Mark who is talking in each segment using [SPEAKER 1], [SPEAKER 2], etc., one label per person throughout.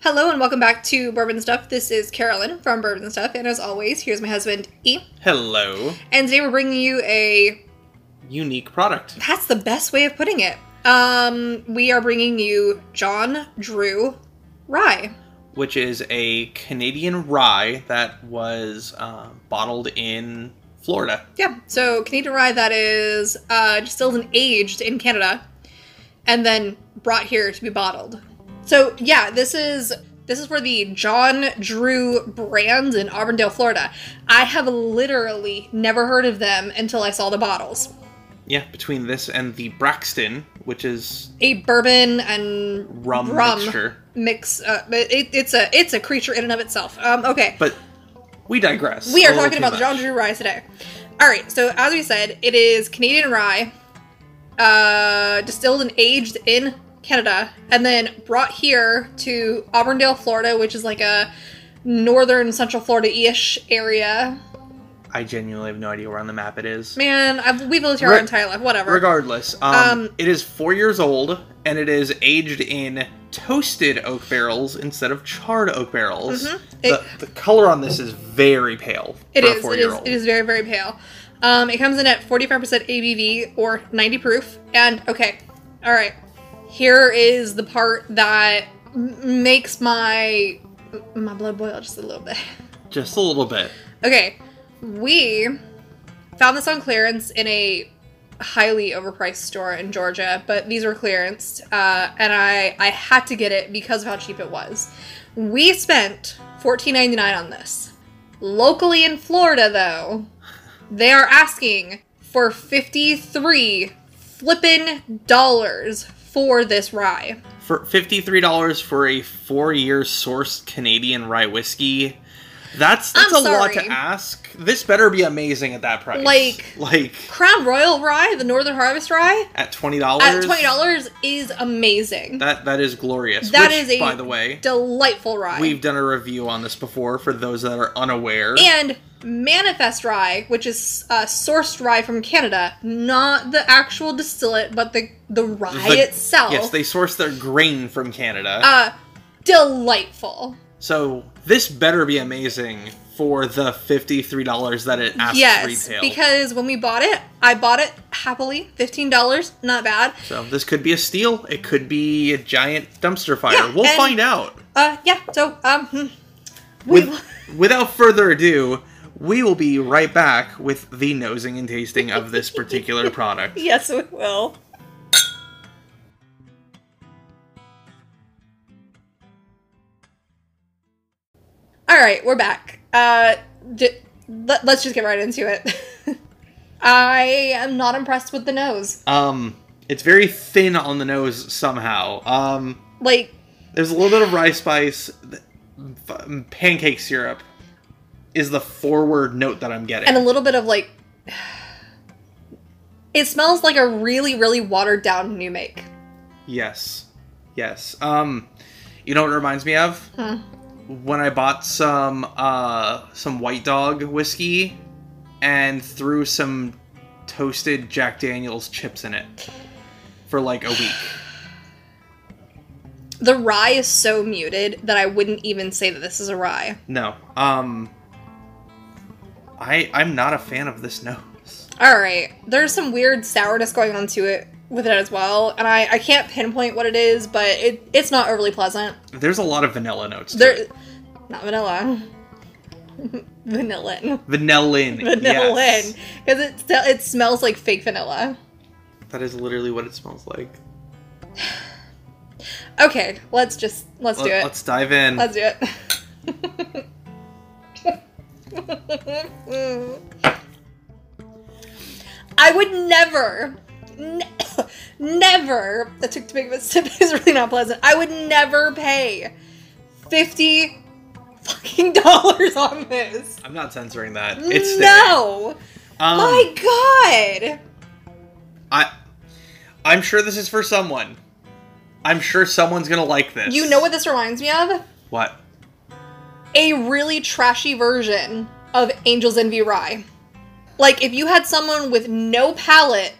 [SPEAKER 1] Hello and welcome back to Bourbon Stuff. This is Carolyn from Bourbon Stuff, and as always, here's my husband E.
[SPEAKER 2] Hello.
[SPEAKER 1] And today we're bringing you a
[SPEAKER 2] Unique product.
[SPEAKER 1] that's the best way of putting it. Um, we are bringing you John Drew Rye.
[SPEAKER 2] which is a Canadian rye that was uh, bottled in Florida.
[SPEAKER 1] Yeah, so Canadian rye that is uh, distilled and aged in Canada, and then brought here to be bottled. So yeah, this is this is for the John Drew brand in Auburndale, Florida. I have literally never heard of them until I saw the bottles.
[SPEAKER 2] Yeah, between this and the Braxton, which is
[SPEAKER 1] A bourbon and
[SPEAKER 2] rum,
[SPEAKER 1] Rum.
[SPEAKER 2] mixture.
[SPEAKER 1] mix. Uh, but it, it's a it's a creature in and of itself. Um, okay,
[SPEAKER 2] But we digress.
[SPEAKER 1] we
[SPEAKER 2] a
[SPEAKER 1] are
[SPEAKER 2] little
[SPEAKER 1] talking
[SPEAKER 2] too
[SPEAKER 1] about the John
[SPEAKER 2] much.
[SPEAKER 1] Drew rye today. All right, so as we said, it is Canadian rye, uh, distilled and aged in Canada, and then brought here to Auburndale, Florida, which is like a northern central Florida-ish area.
[SPEAKER 2] I genuinely have no idea where on the map it is.
[SPEAKER 1] Man, I've, we've lived here our
[SPEAKER 2] Reg-
[SPEAKER 1] entire life. Whatever.
[SPEAKER 2] Regardless, um,
[SPEAKER 1] Um,
[SPEAKER 2] it is four years old and it is aged in toasted oak barrels instead of charred oak barrels. The, the color on this is very pale.
[SPEAKER 1] Mm-hmm. It is. It
[SPEAKER 2] for A
[SPEAKER 1] is.
[SPEAKER 2] four-year-old.
[SPEAKER 1] It is very very pale. Um, it comes in at 45% ABV or 90 proof. And okay, all right. Here is the part that m- makes my my blood boil just a little bit.
[SPEAKER 2] Just a little bit.
[SPEAKER 1] Okay, we found this on clearance in a highly overpriced store in Georgia, but these were clearanced, uh, and I I had to get it because of how cheap it was. We spent $14.99 on this. Locally in Florida, though, they are asking for fifty-three flippin' dollars for this rye.
[SPEAKER 2] for fifty-three dollars for a four-year sourced Canadian rye whiskey. That's that's
[SPEAKER 1] I'm
[SPEAKER 2] a lot
[SPEAKER 1] sorry.
[SPEAKER 2] to ask. This better be amazing at that price.
[SPEAKER 1] Like-
[SPEAKER 2] like
[SPEAKER 1] Crown Royal rye, the Northern Harvest rye,
[SPEAKER 2] at twenty dollars.
[SPEAKER 1] at twenty dollars is amazing.
[SPEAKER 2] That that is glorious.
[SPEAKER 1] That
[SPEAKER 2] That
[SPEAKER 1] is a
[SPEAKER 2] is by the way,
[SPEAKER 1] delightful rye.
[SPEAKER 2] we've done a review on this before for those that are unaware.
[SPEAKER 1] and manifest rye, which is uh, sourced rye from Canada, not the actual distillate, but the the rye
[SPEAKER 2] The-
[SPEAKER 1] itself.
[SPEAKER 2] Yes, they source their grain from Canada.
[SPEAKER 1] uh, delightful.
[SPEAKER 2] so this better be amazing for the fifty-three dollars that it asks
[SPEAKER 1] yes,
[SPEAKER 2] retail.
[SPEAKER 1] because when we bought it, I bought it happily, fifteen dollars, not bad.
[SPEAKER 2] so this could be a steal. It could be a giant dumpster fire.
[SPEAKER 1] Yeah,
[SPEAKER 2] we'll
[SPEAKER 1] and-
[SPEAKER 2] find out.
[SPEAKER 1] Uh, yeah. So um, hmm. we
[SPEAKER 2] With, without further ado, we will be right back with the nosing and tasting of this particular product.
[SPEAKER 1] yes, we will. All right, we're back. Uh, d- let, us just get right into it. I am not impressed with the nose.
[SPEAKER 2] Um, it's very thin on the nose somehow. Um,
[SPEAKER 1] Like,
[SPEAKER 2] there's a little bit of rye spice. th- f- Pancake syrup is the forward note that I'm getting.
[SPEAKER 1] and a little bit of like, it smells like a really, really watered down new make.
[SPEAKER 2] Yes. Yes. Um you know what it reminds me of? When I bought some uh some white dog whiskey and threw some toasted Jack Daniels chips in it for like a week.
[SPEAKER 1] The rye is so muted that I wouldn't even say that this is a rye.
[SPEAKER 2] No. Um I I'm not a fan of this nose.
[SPEAKER 1] All right. There's some weird sourness going on to it with it as well, and I, I can't pinpoint what it is, but it it's not overly pleasant.
[SPEAKER 2] There's a lot of vanilla notes. to
[SPEAKER 1] There,
[SPEAKER 2] it.
[SPEAKER 1] not vanilla, vanillin,
[SPEAKER 2] Vanillin.
[SPEAKER 1] vanillin,
[SPEAKER 2] yes.
[SPEAKER 1] because it st- it smells like fake vanilla.
[SPEAKER 2] That is literally what it smells like.
[SPEAKER 1] Okay, let's just let's do
[SPEAKER 2] Let-
[SPEAKER 1] it.
[SPEAKER 2] Let's dive in.
[SPEAKER 1] Let's do it. I would never, ne- never. That took too big of a sip. It's really not pleasant. I would never pay fifty fucking dollars on this.
[SPEAKER 2] I'm not censoring that. It's
[SPEAKER 1] no.
[SPEAKER 2] there. Um,
[SPEAKER 1] My God.
[SPEAKER 2] I I'm sure this is for someone. I'm sure someone's gonna like this.
[SPEAKER 1] You know what this reminds me of?
[SPEAKER 2] What?
[SPEAKER 1] a really trashy version of Angels Envy Rye. Like if you had someone with no palate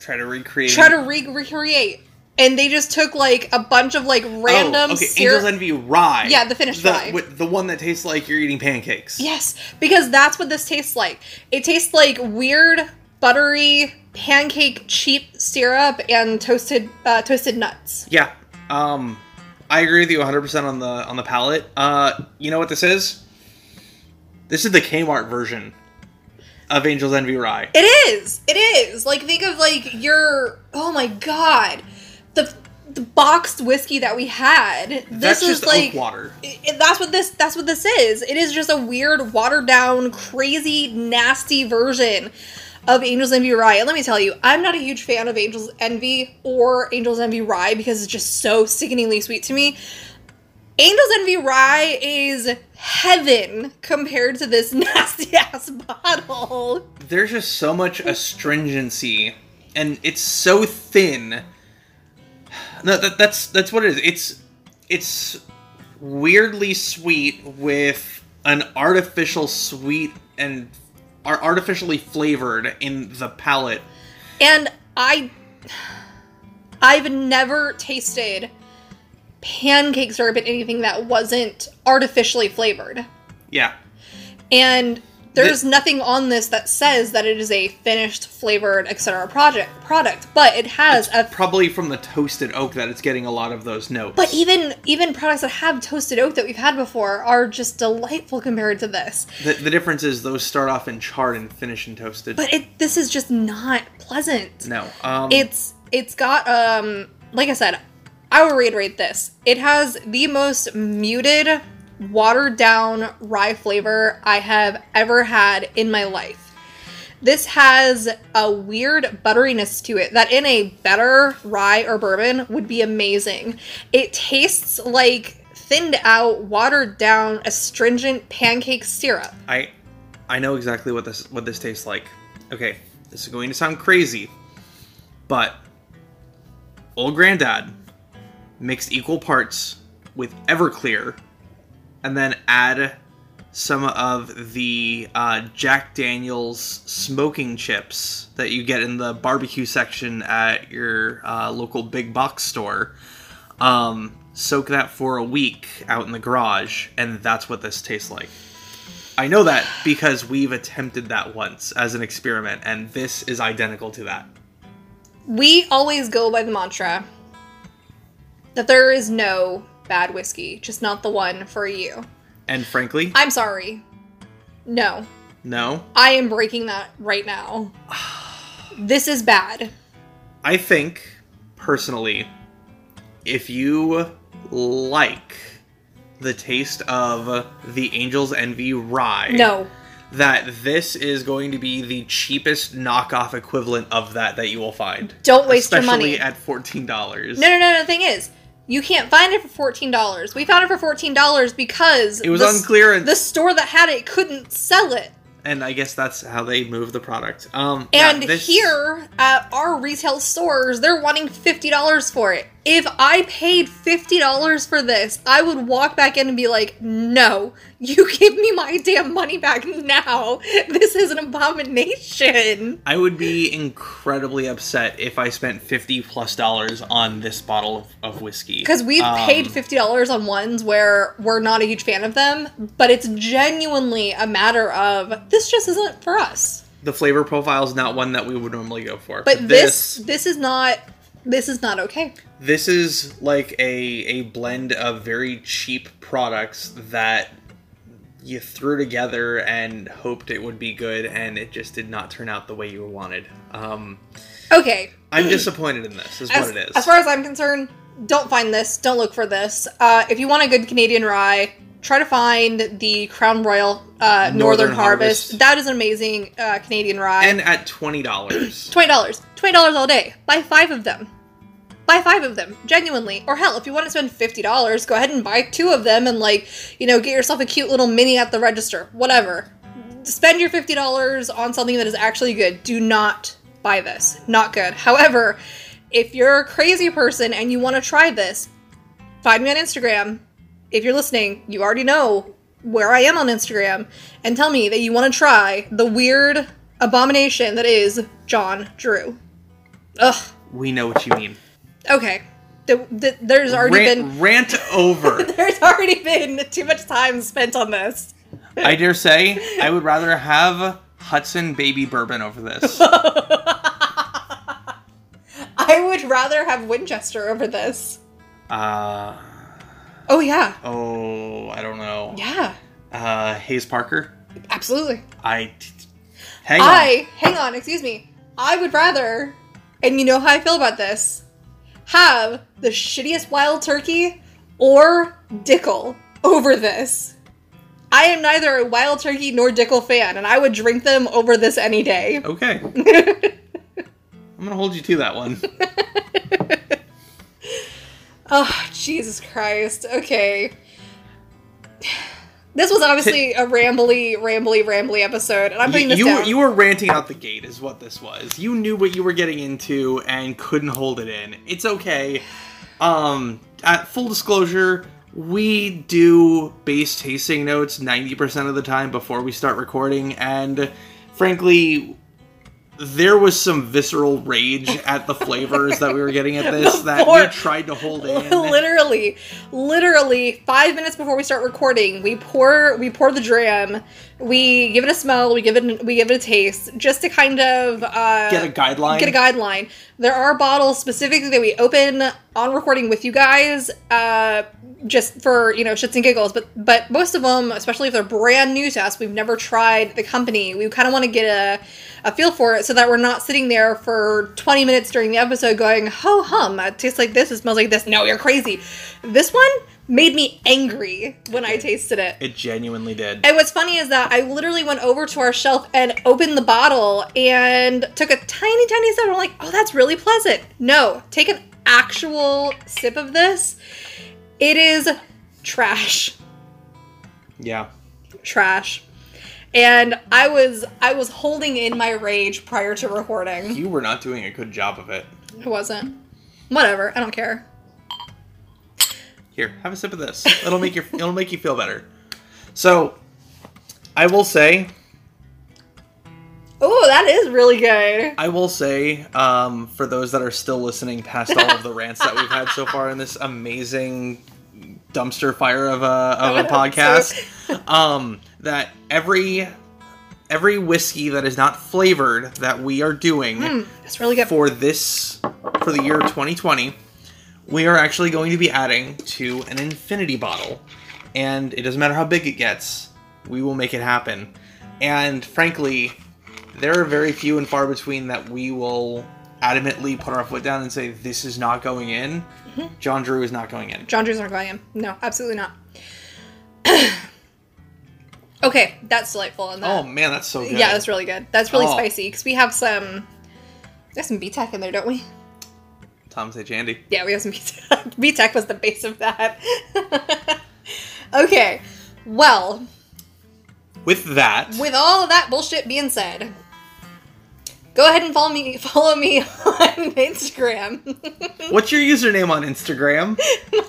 [SPEAKER 2] Try to recreate
[SPEAKER 1] try to re- recreate and they just took like a bunch of like random
[SPEAKER 2] oh, okay,
[SPEAKER 1] syrup.
[SPEAKER 2] Angel's Envy rye.
[SPEAKER 1] Yeah, the finished
[SPEAKER 2] the,
[SPEAKER 1] rye.
[SPEAKER 2] with- the one that tastes like you're eating pancakes.
[SPEAKER 1] yes, because that's what this tastes like. It tastes like weird buttery pancake cheap syrup and toasted uh, toasted nuts.
[SPEAKER 2] Yeah. Um, I agree with you 100% on the on the palate. Uh, you know what this is? This is the Kmart version of Angel's Envy rye.
[SPEAKER 1] It is. It is. Like think of like your oh my god. The the boxed whiskey that we had. This
[SPEAKER 2] That's
[SPEAKER 1] is
[SPEAKER 2] just
[SPEAKER 1] like
[SPEAKER 2] oak water.
[SPEAKER 1] it- it- that's what this that's what this is. It is just a weird, watered down, crazy, nasty version of Angel's Envy Rye. And let me tell you, I'm not a huge fan of Angel's Envy or Angel's Envy Rye because it's just so sickeningly sweet to me. Angel's Envy Rye is heaven compared to this nasty ass bottle.
[SPEAKER 2] There's just so much astringency, and it's so thin. No, that, that's that's what it is. It's it's weirdly sweet with an artificial sweet and are artificially flavored in the palate.
[SPEAKER 1] And I I've never tasted pancake syrup in anything that wasn't artificially flavored.
[SPEAKER 2] Yeah,
[SPEAKER 1] And there's nothing on this that says that it is a finished flavored etc project product, but it has a
[SPEAKER 2] probably from the toasted oak that it's getting a lot of those notes.
[SPEAKER 1] but even even products that have toasted oak that we've had before are just delightful compared to this.
[SPEAKER 2] the, the difference is those start off in charred and finish in toasted.
[SPEAKER 1] But it this is just not pleasant.
[SPEAKER 2] no, um,
[SPEAKER 1] It's it's got um like I said, I will reiterate this. It has the most muted, watered down rye flavor I have ever had in my life. This has a weird butteriness to it that in a better rye or bourbon would be amazing. It tastes like thinned out, watered down, astringent pancake syrup.
[SPEAKER 2] I I know exactly what this what this tastes like. Okay, this is going to sound crazy, but old granddad mixed equal parts with Everclear, and then add some of the uh, Jack Daniels smoking chips that you get in the barbecue section at your uh, local big box store. Um, soak that for a week out in the garage, and that's what this tastes like. I know that because we've attempted that once as an experiment, and this is identical to that.
[SPEAKER 1] We always go by the mantra that there is no bad whiskey, just not the one for you.
[SPEAKER 2] And frankly,
[SPEAKER 1] I'm sorry. No,
[SPEAKER 2] no.
[SPEAKER 1] I am breaking that right now. this is bad.
[SPEAKER 2] I think, personally, if you like the taste of the Angel's Envy rye,
[SPEAKER 1] No.
[SPEAKER 2] that this is going to be the cheapest knockoff equivalent of that that you will find.
[SPEAKER 1] Don't waste your
[SPEAKER 2] Especially
[SPEAKER 1] money.
[SPEAKER 2] at fourteen dollars.
[SPEAKER 1] No, no, no, no. The thing is, you can't find it for $14. We found it for $14 because
[SPEAKER 2] It was
[SPEAKER 1] the,
[SPEAKER 2] on clearance,
[SPEAKER 1] the store that had it couldn't sell it.
[SPEAKER 2] and I guess that's how they move the product. Um, yeah,
[SPEAKER 1] And
[SPEAKER 2] this-
[SPEAKER 1] here at our retail stores, they're wanting $50 for it. If I paid $50 for this, I would walk back in and be like, no, you give me my damn money back now. This is an abomination.
[SPEAKER 2] I would be incredibly upset if I spent fifty plus dollars on this bottle of, of whiskey.
[SPEAKER 1] Because we've
[SPEAKER 2] Um,
[SPEAKER 1] paid $50 on ones where we're not a huge fan of them, but it's genuinely a matter of this just isn't for us.
[SPEAKER 2] the flavor profile is not one that we would normally go for.
[SPEAKER 1] But this this is not this is not okay.
[SPEAKER 2] this is like a a blend of very cheap products that you threw together and hoped it would be good, and it just did not turn out the way you wanted. Um,
[SPEAKER 1] Okay,
[SPEAKER 2] I'm disappointed in this. Is
[SPEAKER 1] Mm. as,
[SPEAKER 2] what it is.
[SPEAKER 1] as far as I'm concerned, don't find this. Don't look for this. Uh, if you want a good Canadian rye, try to find the Crown Royal uh, Northern,
[SPEAKER 2] Northern
[SPEAKER 1] Harvest.
[SPEAKER 2] Harvest.
[SPEAKER 1] That is an amazing uh, Canadian rye.
[SPEAKER 2] and at twenty dollars,
[SPEAKER 1] twenty dollars, twenty dollars all day. Buy five of them. Buy five of them, genuinely. Or hell, if you want to spend fifty dollars, go ahead and buy two of them and like, you know, get yourself a cute little mini at the register. Whatever. Spend your fifty dollars on something that is actually good. Do not buy this. Not good. However, if you're a crazy person and you want to try this, find me on Instagram. If you're listening, you already know where I am on Instagram and tell me that you want to try the weird abomination that is John Drew. Ugh.
[SPEAKER 2] we know what you mean.
[SPEAKER 1] Okay. The, the, there's already
[SPEAKER 2] rant,
[SPEAKER 1] been
[SPEAKER 2] rant over.
[SPEAKER 1] there's already been too much time spent on this.
[SPEAKER 2] I dare say, I would rather have Hudson baby bourbon over this.
[SPEAKER 1] I would rather have Winchester over this.
[SPEAKER 2] Uh,
[SPEAKER 1] Oh yeah.
[SPEAKER 2] oh, I don't know.
[SPEAKER 1] Yeah.
[SPEAKER 2] Uh, Hayes Parker.
[SPEAKER 1] Absolutely.
[SPEAKER 2] I t- t- hang on.
[SPEAKER 1] I hang on, excuse me. I would rather, and you know how I feel about this, have the shittiest wild turkey or Dickel over this. I am neither a wild turkey nor Dickel fan, and I would drink them over this any day.
[SPEAKER 2] Okay. I'm gonna hold you to that one.
[SPEAKER 1] Oh, Jesus Christ. Okay. This was obviously a rambly, rambly, rambly episode, and I'm
[SPEAKER 2] You,
[SPEAKER 1] putting this
[SPEAKER 2] you were,
[SPEAKER 1] down.
[SPEAKER 2] you were ranting out the gate, is what this was. You knew what you were getting into and couldn't hold it in. It's okay. Um, at full disclosure, we do base tasting notes 90% of the time before we start recording, and frankly, there was some visceral rage at the flavors that we were getting at this that we
[SPEAKER 1] Before-
[SPEAKER 2] tried to hold in.
[SPEAKER 1] literally literally five minutes before we start recording we pour we pour the dram we give it a smell we give it we give it a taste just to kind of uh
[SPEAKER 2] Get a guideline.
[SPEAKER 1] get a guideline there are bottles specifically that we open on recording with you guys uh just for you know shits and giggles but but most of them especially if they're brand new to us we've never tried the company we kind of want to get a a feel for it so that we're not sitting there for 20 minutes during the episode going ho hum it tastes like this it smells like this no you're crazy this one made me angry when i tasted it
[SPEAKER 2] It genuinely did.
[SPEAKER 1] and what's funny is that I literally went over to our shelf and opened the bottle and took a tiny, tiny sip. I'm like, oh, that's really pleasant. No, take an actual sip of this. It is trash.
[SPEAKER 2] Yeah.
[SPEAKER 1] Trash. And I was I was holding in my rage prior to recording.
[SPEAKER 2] You were not doing a good job of it.
[SPEAKER 1] It wasn't. Whatever. I don't care.
[SPEAKER 2] Here, have a sip of this. It'll make your it'll make you feel better. So, I will say,
[SPEAKER 1] Oh, that is really good.
[SPEAKER 2] I will say, um, for those that are still listening past all of the rants that we've had so far in this amazing dumpster fire of a of a podcast, um, that every every whiskey that is not flavored that we are doing
[SPEAKER 1] That's really good.
[SPEAKER 2] for this for the year 2020 we are actually going to be adding to an infinity bottle and it doesn't matter how big it gets we will make it happen and frankly there are very few and far between that we will adamantly put our foot down and say this is not going in
[SPEAKER 1] Mm-hmm.
[SPEAKER 2] john drew is not going in
[SPEAKER 1] John Drew's not going in. No, absolutely not. okay, that's delightful. And that,
[SPEAKER 2] oh man that's so good
[SPEAKER 1] Yeah, that's really good. That's really
[SPEAKER 2] Oh.
[SPEAKER 1] spicy because we have some. There's some BTEC in there, don't we?
[SPEAKER 2] tom say jandy
[SPEAKER 1] Yeah, we have some BTEC. BTEC was the base of that. okay, well,
[SPEAKER 2] with that
[SPEAKER 1] with all of that bullshit being said, go ahead and follow me. Follow me on Instagram.
[SPEAKER 2] what's your username on instagram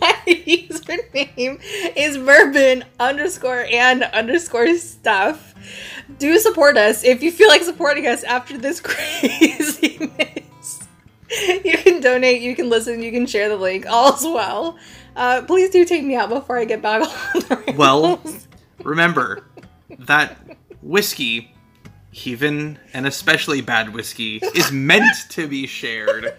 [SPEAKER 1] My username is bourbon underscore and underscore stuff. Do support us if you feel like supporting us after this craziness. You can donate, you can listen, you can share the link. All's well. Uh, please do take me out before I get back on the rails.
[SPEAKER 2] Well, remember that whiskey, even and especially bad whiskey, is meant to be shared.